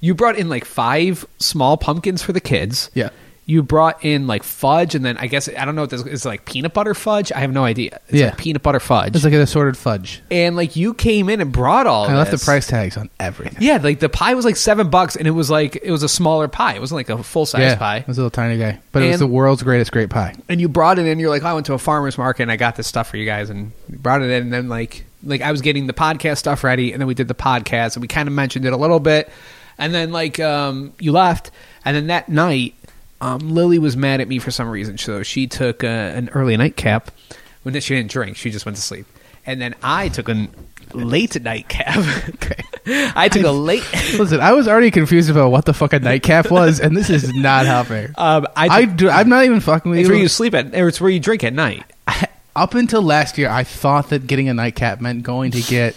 B: You brought in like five small pumpkins for the kids.
C: Yeah.
B: You brought in like fudge, and then I guess I don't know what this is like peanut butter fudge. I have no idea. It's
C: Yeah.
B: like peanut butter fudge.
C: It's like an assorted fudge.
B: and like you came in and brought all.
C: I left the
B: this.
C: price tags on everything.
B: Yeah, like the pie was like seven bucks, and it was like it was a smaller pie. It wasn't like a full size pie.
C: It was a little tiny guy, but it was
B: And-
C: the world's greatest great pie.
B: and you brought it in. You're like, "Oh, I went to a farmer's market and I got this stuff for you guys, and you brought it in. And then like, like I was getting the podcast stuff ready, and then we did the podcast, and we kind of mentioned it a little bit, and then like, um, you left, and then that night, um, Lily was mad at me for some reason, so she took uh, an early night cap. When she didn't drink, she just went to sleep, and then I took a late night cap. I took a late.
C: Listen, I was already confused about what the fuck a nightcap was, and this is not helping.
B: Um, I
C: I
B: took-
C: do, I'm not even fucking with
B: it's
C: you.
B: where you sleep at, or it's where you drink at night.
C: Up until last year, I thought that getting a nightcap meant going to get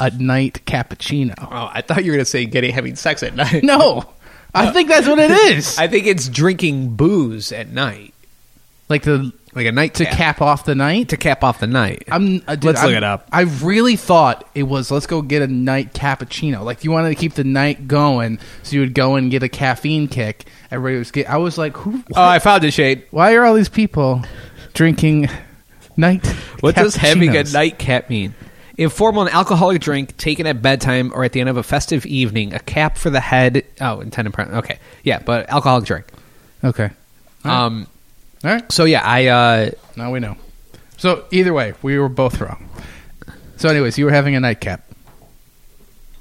C: a night cappuccino.
B: Oh, I thought you were gonna say getting having sex at night.
C: No, I think that's what it is.
B: I think it's drinking booze at night.
C: like the
B: like a night
C: to cap off the night.
B: to cap off the night.
C: I'm, uh, dude,
B: Let's look
C: I'm-
B: it up.
C: I really thought it was let's go get a night cappuccino. Like you wanted to keep the night going, so you would go and get a caffeine kick. Everybody was get. I was like, who?
B: Oh, I found it, Shade.
C: Why are all these people drinking night?
B: What does having a
C: cappuccinos?
B: nightcap mean? Informal and alcoholic drink taken at bedtime or at the end of a festive evening. A cap for the head. Oh, intended. Pre- okay, yeah, but alcoholic drink.
C: Okay. All right.
B: Um.
C: All right.
B: So yeah, I. uh
C: Now we know. So either way, we were both wrong. So, anyways, you were having a nightcap.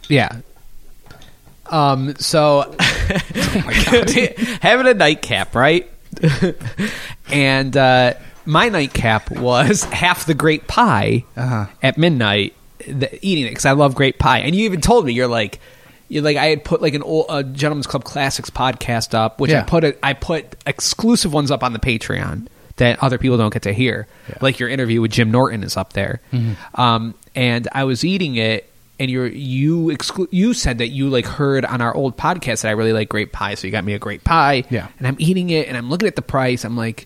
B: Yeah. Um. So, having a nightcap, right? and uh, my nightcap was half the great pie
C: Uh-huh.
B: at midnight, the, eating it because I love great pie. And you even told me you're like, you're like I had put like an old uh, Gentleman's Club Classics podcast up, which I
C: Yeah.
B: put a, I put exclusive ones up on the Patreon that other people don't get to hear. Like your interview with Jim Norton is up there,
C: Mm-hmm.
B: um, and I was eating it. And you're, you exclu- you said that you like heard on our old podcast that I really like great pie, so you got me a great pie.
C: Yeah.
B: And I'm eating it, and I'm looking at the price. I'm like,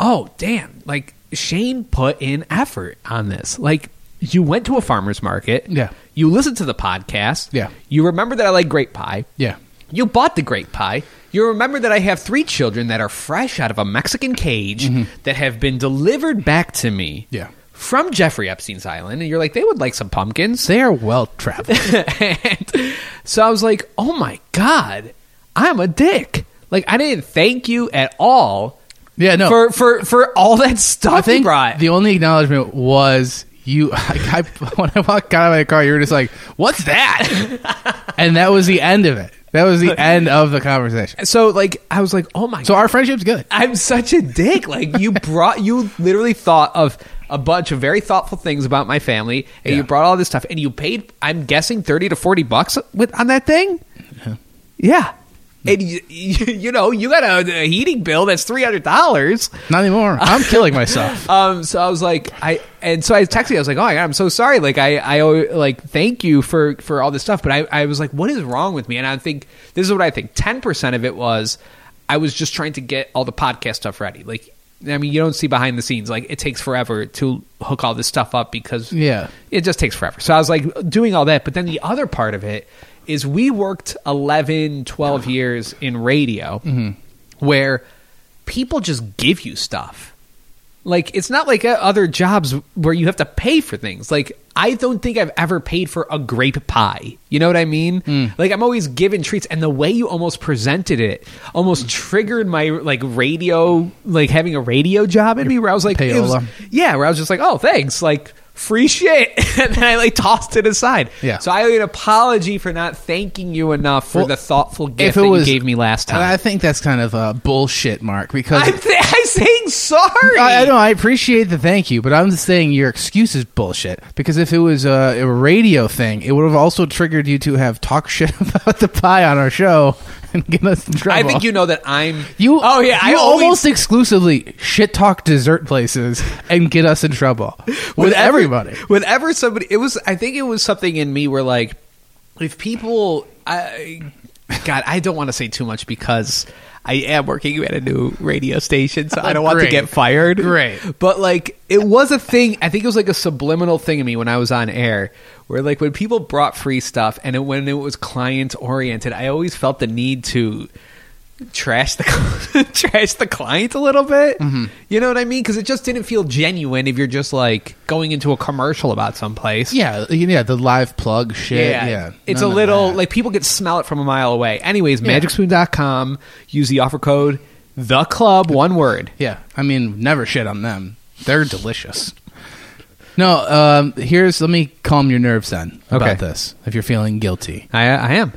B: oh damn like shane put in effort on this like you went to a farmer's market
C: Yeah.
B: you listened to the podcast
C: Yeah.
B: you remember that i like grape pie
C: Yeah.
B: you bought the grape pie you remember that i have three children that are fresh out of a mexican cage that have been delivered back to me
C: Mm-hmm. Yeah.
B: from jeffrey epstein's island and you're like they would like some pumpkins
C: They are well traveled.
B: and so I was like, oh my God, I'm a dick. Like, I didn't thank you at all.
C: Yeah, no.
B: For, for, for all that
C: I
B: stuff you
C: think
B: brought.
C: the only acknowledgement was you. I, I, when I walked out of my car, you were just like, "What's that?" and that was the end of it. That was the end of the conversation.
B: so, like, I was like, oh my
C: So our friendship's good.
B: I'm such a dick. Like you brought, you literally thought of a bunch of very thoughtful things about my family, and you
C: Yeah.
B: brought all this stuff, and you paid. I'm guessing thirty to forty bucks with on that thing. Yeah, and you, you, you know you got a, a heating bill that's three hundred dollars.
C: Not anymore. I'm killing myself.
B: Um, so I was like, I and so I texted. you, I was like, oh my god, I'm so sorry. Like I, I owe- like thank you for for all this stuff. But I, I was like, what is wrong with me? And I think this is what I think. Ten percent of it was I was just trying to get all the podcast stuff ready. Like I mean, you don't see behind the scenes. Like it takes forever to hook all this stuff up because
C: Yeah.
B: it just takes forever. So I was like doing all that. But then the other part of it is we worked 11, 12 years in radio where people just give you stuff. Like, it's not like uh, other jobs where you have to pay for things. Like, I don't think I've ever paid for a grape pie. You know what I mean?
C: Hmm.
B: Like, I'm always given treats. And the way you almost presented it almost triggered my, like, radio, like, having a radio job in me where I was like, it was-
C: payola.
B: yeah, where I was just like, oh, thanks, like free shit, and then I like tossed it aside.
C: Yeah.
B: So I owe you an apology for not thanking you enough for
C: Well,
B: the thoughtful gift that you gave me last
C: And I
B: time.
C: think that's kind of a bullshit mark because
B: I'm, th- I'm saying sorry.
C: I, I know I appreciate the thank you, but I'm just saying your excuse is bullshit. Because if it was a, a radio thing, it would have also triggered you to have talk shit about the pie on our show and get us in trouble.
B: I think you know that I'm.
C: You
B: Oh yeah.
C: you
B: I always,
C: almost exclusively shit talk dessert places and get us in trouble with,
B: whenever-
C: everybody.
B: Whenever somebody, it was. I think it was something in me where like, if people, I, God, I don't want to say too much because I am working at a new radio station, so I don't want to
C: Great.
B: get fired.
C: Great.
B: But like, it was a thing. I think it was like a subliminal thing in me when I was on air, where like when people brought free stuff and it, when it was client oriented, I always felt the need to trash the trash the client a little bit. You know what I mean? Because it just didn't feel genuine if you're just like going into a commercial about someplace.
C: Yeah, yeah, the live plug shit. Yeah,
B: It's
C: none
B: a
C: of
B: little
C: that.
B: like people could smell it from a mile away. Anyways, magicspoon.com, use the offer code the club one word.
C: Yeah, I mean, never shit on them. They're delicious. No, um, here's let me calm your nerves then about
B: Okay.
C: this. If you're feeling guilty,
B: I I am.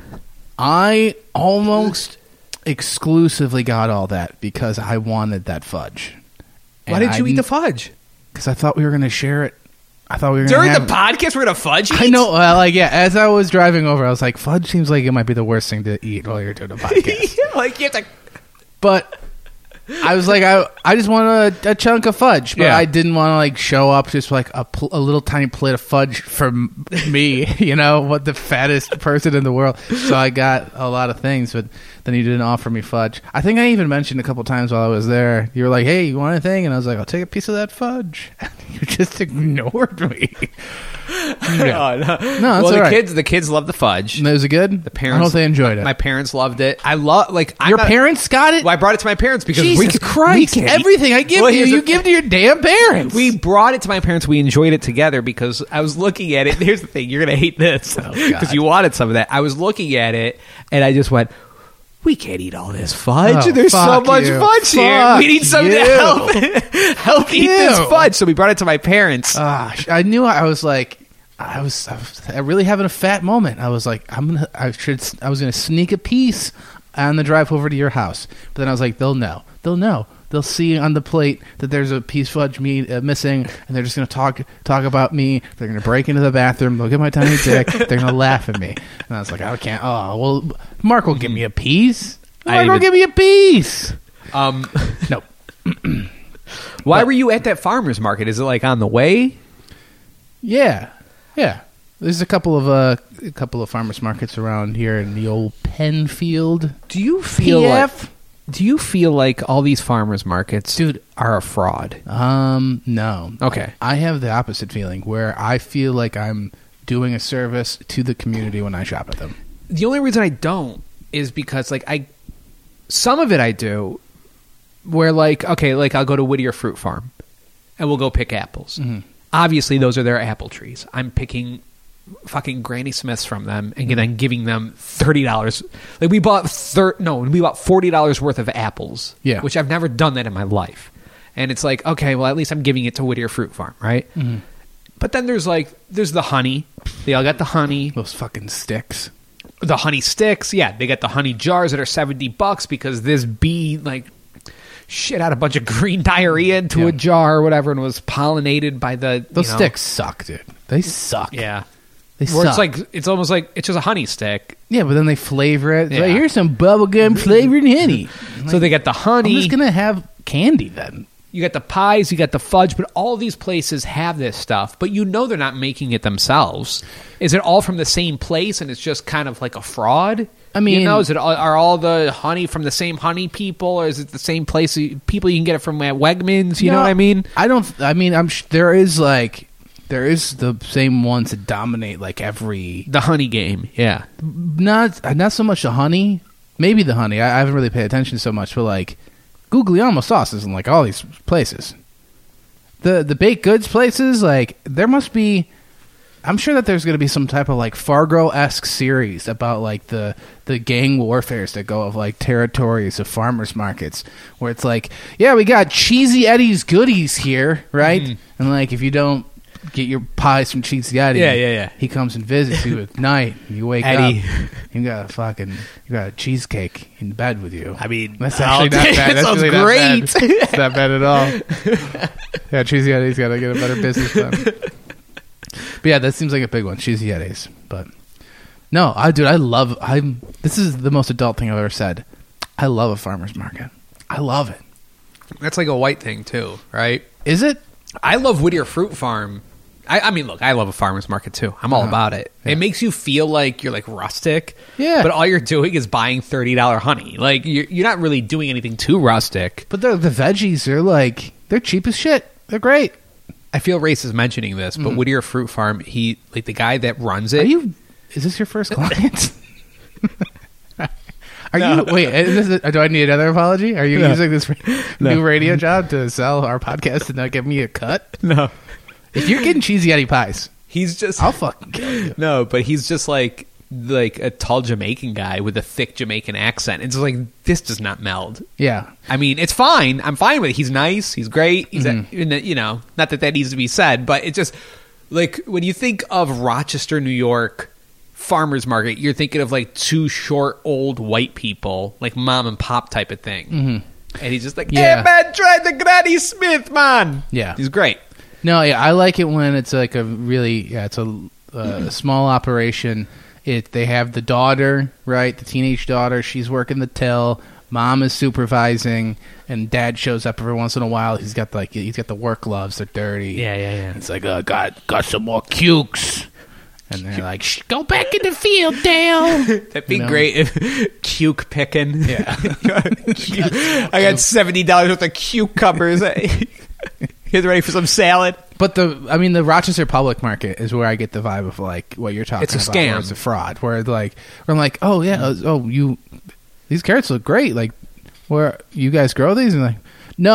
C: I almost exclusively got all that because I wanted that fudge.
B: Why did you eat the fudge?
C: Because I thought we were going to share it. I thought we were
B: During
C: gonna
B: the
C: have-
B: podcast, we're gonna fudge.
C: I know. Uh, like, yeah. As I was driving over, I was like, "Fudge seems like it might be the worst thing to eat while you're doing a podcast."
B: like you have to.
C: but I was like, I, I just want a, a chunk of fudge, but
B: Yeah.
C: I didn't want to like show up just like a, pl- a little tiny plate of fudge for m- me, you know, what the fattest person in the world. So I got a lot of things, but then you didn't offer me fudge. I think I even mentioned a couple times while I was there. You were like, hey, you want anything? And I was like, I'll take a piece of that fudge. you just ignored me.
B: Oh, no,
C: that's
B: well,
C: all
B: the
C: right.
B: kids, the kids love the fudge.
C: And was it good?
B: The parents,
C: I don't know if they enjoyed it.
B: My parents loved it. I love like I'm
C: Your
B: not-
C: parents got it.
B: Well, I brought it to my parents because
C: Jesus
B: we, can-
C: Christ!
B: we can-
C: everything I give
B: Well,
C: you,
B: here's
C: you
B: the
C: give to your damn parents.
B: We brought it to my parents. We enjoyed it together because I was looking at it. Here's the thing: you're gonna hate this
C: Oh,
B: because you wanted some of that. I was looking at it and I just went, "We can't eat all this fudge.
C: Oh,
B: There's so
C: fuck
B: much
C: you.
B: fudge here.
C: Fuck
B: We need something
C: you.
B: to help help eat this
C: you.
B: fudge." So we brought it to my parents.
C: Ah, sh- I knew I was like, I was, I was really having a fat moment. I was like, I'm gonna, I should, s- I was gonna sneak a piece on the drive over to your house, but then I was like, they'll know, they'll know, they'll see on the plate that there's a piece fudge me uh, missing, and they're just gonna talk, talk about me. They're gonna break into the bathroom, look at my tiny dick, they're gonna laugh at me, and I was like, I can't. Oh well, Mark will give me a piece.
B: I
C: Mark will
B: even-
C: give me a piece.
B: um,
C: No.
B: why were you at that farmers market? Is it like on the way?
C: Yeah, yeah. There's a couple of uh, a couple of farmers markets around here in the old Penfield.
B: Do you feel
C: PF?
B: like do you feel like all these farmers markets,
C: Dude.
B: are a fraud?
C: Um, no.
B: Okay.
C: I have the opposite feeling where I feel like I'm doing a service to the community when I shop at them.
B: the only reason I don't is because like I some of it I do where like okay like I'll go to Whittier Fruit Farm and we'll go pick apples. Obviously those are their apple trees. I'm picking fucking Granny Smiths from them and then I'm giving them $30. Like we bought thir- no, we bought $40 worth of apples.
C: Yeah.
B: Which I've never done that in my life. And it's like okay, well at least I'm giving it to Whittier Fruit Farm, right? But then there's like there's the honey. They all got the honey
C: Those fucking sticks.
B: the honey sticks. Yeah, they got the honey jars that are 70 bucks because this bee, like, shit out a bunch of green diarrhea into
C: Yeah.
B: a jar or whatever and was pollinated by the. you
C: Those
B: know-
C: sticks suck, dude. They suck.
B: Yeah.
C: they
B: Where
C: suck.
B: it's like, it's almost like, it's just a honey stick.
C: yeah, but then they flavor it. It's like,
B: Yeah.
C: here's some bubblegum flavored honey.
B: so they got the
C: I'm
B: honey,
C: just gonna have candy then.
B: you got the pies, you got the fudge, but all these places have this stuff, but you know they're not making it themselves. Is it all from the same place and it's just kind of like a fraud?
C: I mean-
B: you know, is it all, are all the honey from the same honey people, or is it the same place you- people you can get it from at Wegmans? You know
C: No,
B: what I mean?
C: I don't. I mean, I'm. Sh- there is like, there is the same ones that dominate like every.
B: The honey game, yeah.
C: Not not so much the honey. Maybe the honey. I, I haven't really paid attention so much, but like, Guglielmo sauce is in like all these places. The the baked goods places, like there must be. I'm sure that there's going to be some type of like Fargo esque series about like the the gang warfares that go of like territories of farmers markets where it's like, yeah, we got cheesy Eddie's goodies here, right? And like if you don't get your pies from cheesy Eddie,
B: Mm-hmm. Yeah, yeah, yeah.
C: he comes and visits you at night. And you wake
B: Eddie.
C: up, you got a fucking you got a cheesecake in bed with you.
B: I mean,
C: That's actually not
B: I'll-
C: bad.
B: that
C: That's
B: sounds
C: really not bad.
B: great.
C: It's not bad at all. yeah, Cheesy Eddie's got to get a better business plan. But yeah, that seems like a big one, Cheesy Eddie's. But no, I dude, I love. I'm. This is the most adult thing I've ever said. I love a farmer's market. I love it.
B: That's like a white thing too, right?
C: Is it?
B: I love Whittier Fruit Farm. I, I mean, look, I love a farmer's market too. I'm all
C: Uh-huh.
B: about it.
C: Yeah.
B: It makes you feel like you're like rustic.
C: Yeah.
B: But all you're doing is buying $30 honey. Like, you're, you're not really doing anything too rustic.
C: But they're, the veggies are like they're cheap as shit. They're great.
B: I feel racist mentioning this, but Whittier Fruit Farm, he, like the guy that runs
C: Mm-hmm. Are
B: it.
C: you? Is this your first client? Are you? Wait, is this, do I need another apology? Are you using this ra- new radio job to sell our podcast and not give me a cut?
B: No.
C: If you're getting cheesy Eddie pies,
B: He's just.
C: I'll fucking kill you.
B: No, but he's just like like a tall Jamaican guy with a thick Jamaican accent. It's like this does not meld.
C: Yeah,
B: I mean, it's fine. I'm fine with it. He's nice. He's great. He's,
C: Mm-hmm.
B: a, you know, not that that needs to be said, but it just, like, when you think of Rochester, New York farmers market, you're thinking of, like, two short, old white people, like mom and pop type of thing. And he's just like,
C: Mm-hmm. Yeah.
B: hey, man, try the Granny Smith, man.
C: Yeah.
B: He's great.
C: No, yeah, I like it when it's like a really yeah, it's a uh, small operation. It they have the daughter, right? The teenage daughter, she's working the till. Mom is supervising, and Dad shows up every once in a while. He's got like he's got the work gloves. They're dirty.
B: Yeah, yeah, yeah.
C: It's like, uh, got got some more cukes, and they're like, Shh, go back in the field, Dale.
B: That'd be
C: No.
B: great if cuke picking.
C: Yeah.
B: I got seventy dollars worth of cucumbers. He's ready for some salad.
C: But the, I mean, the Rochester public market is where I get the vibe of like what you're talking
B: It's a
C: about. where
B: scam.
C: It's a fraud. Where like, where I'm like, oh yeah, uh, oh you, these carrots look great. Like, where you guys grow these? And like, no,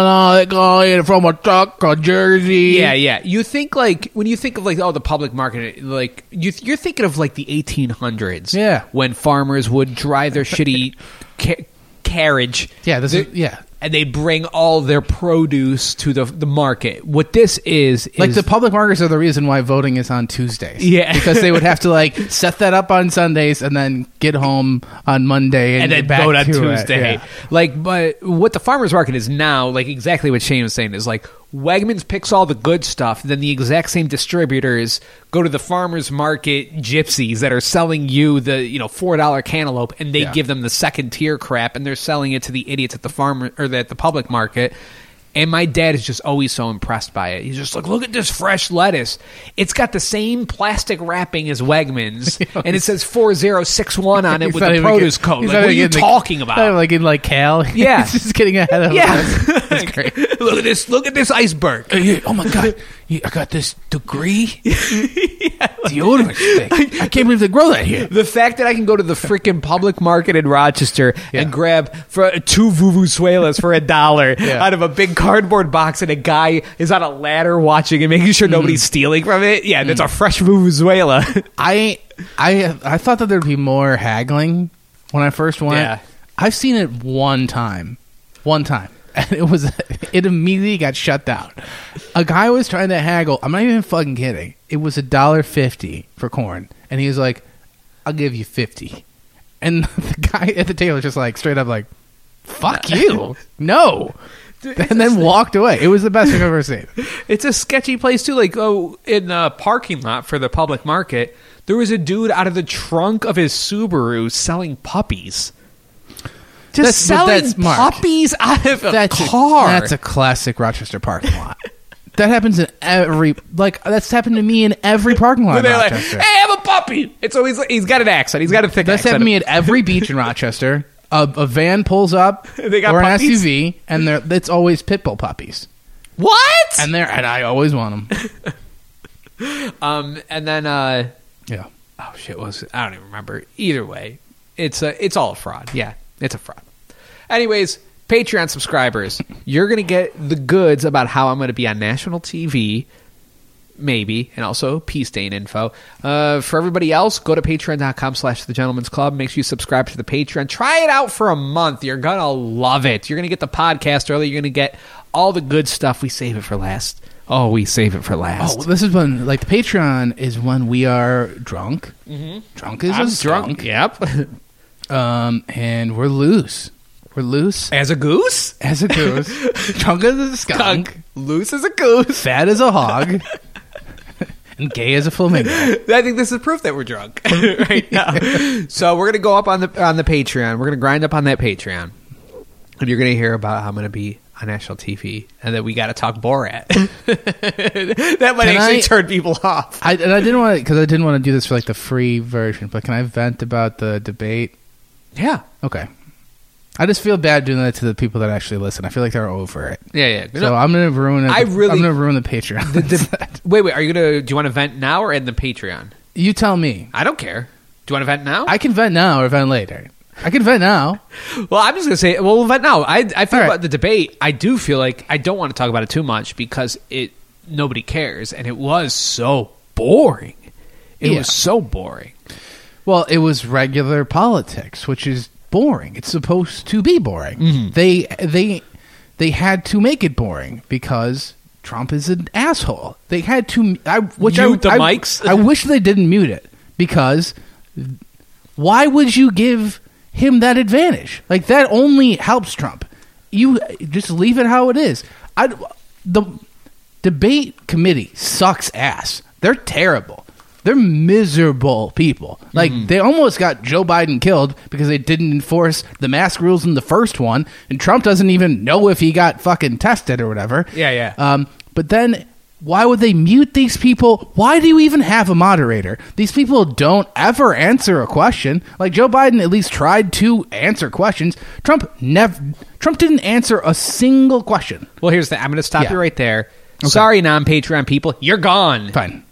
C: no, they grow it from a truck called Jersey.
B: Yeah, yeah. You think like when you think of like oh the public market, like you you're thinking of like the 1800s.
C: Yeah.
B: when farmers would drive their shitty ca- carriage.
C: yeah. This is yeah.
B: and they bring all their produce to the the market. What this is, is
C: Like the public markets are the reason why voting is on Tuesdays.
B: Yeah.
C: because they would have to like set that up on Sundays and then get home on Monday and,
B: and then
C: get back
B: vote on
C: to it.
B: Tuesday.
C: Yeah.
B: Like, but what the farmers market is now, like exactly what Shane was saying, is like Wegmans picks all the good stuff, then the exact same distributors go to the farmers market gypsies that are selling you the you know four dollar cantaloupe, and they
C: Yeah.
B: give them the second tier crap, and they're selling it to the idiots at the farmer or the, at the public market. And my dad is just always so impressed by it. He's just like, look at this fresh lettuce. It's got the same plastic wrapping as Wegmans, and it says 4061 on it
C: He's
B: with
C: not
B: the
C: even get-
B: produce code.
C: he's
B: Like,
C: not
B: what are
C: even
B: you
C: getting the-
B: talking
C: he's not
B: about?
C: even, like in like Cal.
B: Yeah.
C: he's just getting ahead of
B: yeah,
C: us. That's great.
B: look at this. Look at this iceberg.
C: oh my god, I got this degree deodorant stick. I can't believe they grow that here.
B: The fact that I can go to the freaking public market in Rochester
C: Yeah.
B: and grab for two vuvuzuelas for a dollar
C: Yeah.
B: out of a big cardboard box, and a guy is on a ladder watching and making sure nobody's stealing from it. Yeah, that's a fresh vuvuzuela.
C: I I I thought that there'd be more haggling when I first went.
B: Yeah.
C: I've seen it one time, one time, and it was it immediately got shut down. A guy was trying to haggle. I'm not even fucking kidding. It was a dollar fifty for corn, and he was like, "I'll give you 50 And the guy at the table was just like straight up like, "Fuck you, no." And then walked away. It was the best thing I've ever seen.
B: It's a sketchy place too. Like oh, in the parking lot for the public market, there was a dude out of the trunk of his Subaru selling puppies.
C: That's-
B: Just
C: but
B: selling
C: that's Mark.
B: puppies out of a
C: that's
B: car.
C: A, that's a classic Rochester parking lot. that happens in every like that's happened to me in every parking lot.
B: Where
C: in
B: they're like,
C: Rochester.
B: "Hey, I'm a puppy." It's always he's got an accent. He's got a thick
C: that's happened
B: accent.
C: to me at every beach in Rochester. A, a van pulls up
B: They got
C: or an
B: puppies?
C: SUV, and they're it's always pit bull puppies,
B: what?
C: and they're and I always want them.
B: um, and then uh,
C: Yeah,
B: oh shit, what was it? I don't even remember. Either way, it's a it's all a fraud. Yeah, it's a fraud. Anyways, Patreon subscribers, you're gonna get the goods about how I'm gonna be on national TV. Maybe, and also peace stain info. Uh, for everybody else, go to patreon.com slash the gentleman's club. Make sure you subscribe to the Patreon. Try it out for a month. You're going to love it. You're going to get the podcast early. You're going to get all the good stuff. We save it for last. Oh, we save it for last.
C: Oh, well, this is when like the Patreon is when we are drunk. Drunk is a
B: Mm-hmm. I'm
C: skunk.
B: drunk. Yep.
C: Um, and we're loose. We're loose
B: As a goose?
C: as a goose. drunk as a skunk.
B: skunk, loose as a goose.
C: fat as a hog and gay as a flamingo.
B: I think this is proof that we're drunk right now. so we're gonna go up on the on the Patreon. We're gonna grind up on that Patreon, and you're gonna hear about how I'm gonna be on national TV, and that we got to talk Borat. that might
C: Can
B: actually
C: I-
B: turn people off.
C: I, and I didn't want to because I didn't want to do this for like the free version. But can I vent about the debate?
B: Yeah,
C: Okay, I just feel bad doing that to the people that actually listen. I feel like they're over it.
B: yeah, yeah.
C: So I'm gonna ruin it.
B: I really-
C: I'm gonna ruin the Patreon.
B: wait, wait. Are you gonna? Do you want to vent now or in the Patreon?
C: you tell me.
B: I don't care. Do you want to vent now?
C: I can vent now or vent later. I can vent now.
B: Well, I'm just gonna say, well, we'll vet now, I I feel
C: All right.
B: about the debate. I do feel like I don't want to talk about it too much because it nobody cares, and it was so boring. It
C: Yeah.
B: was so boring.
C: Well, it was regular politics, which is boring. It's supposed to be boring.
B: Mm-hmm.
C: They they they had to make it boring because Trump is an asshole. They had to I which I,
B: Mute the
C: I-
B: mics?
C: I wish they didn't mute it because why would you give him that advantage? Like that only helps Trump. You just leave it how it is. I the debate committee sucks ass. They're terrible. They're miserable people. Like
B: Mm-hmm.
C: they almost got Joe Biden killed because they didn't enforce the mask rules in the first one, and Trump doesn't even know if he got fucking tested or whatever.
B: Yeah, yeah.
C: Um, but then why would they mute these people? Why do you even have a moderator? These people don't ever answer a question. Like Joe Biden at least tried to answer questions. Trump never Trump didn't answer a single question.
B: Well, here's the. I'm going to stop
C: Yeah.
B: you right there. Sorry, non Patreon people, you're gone.
C: Fine.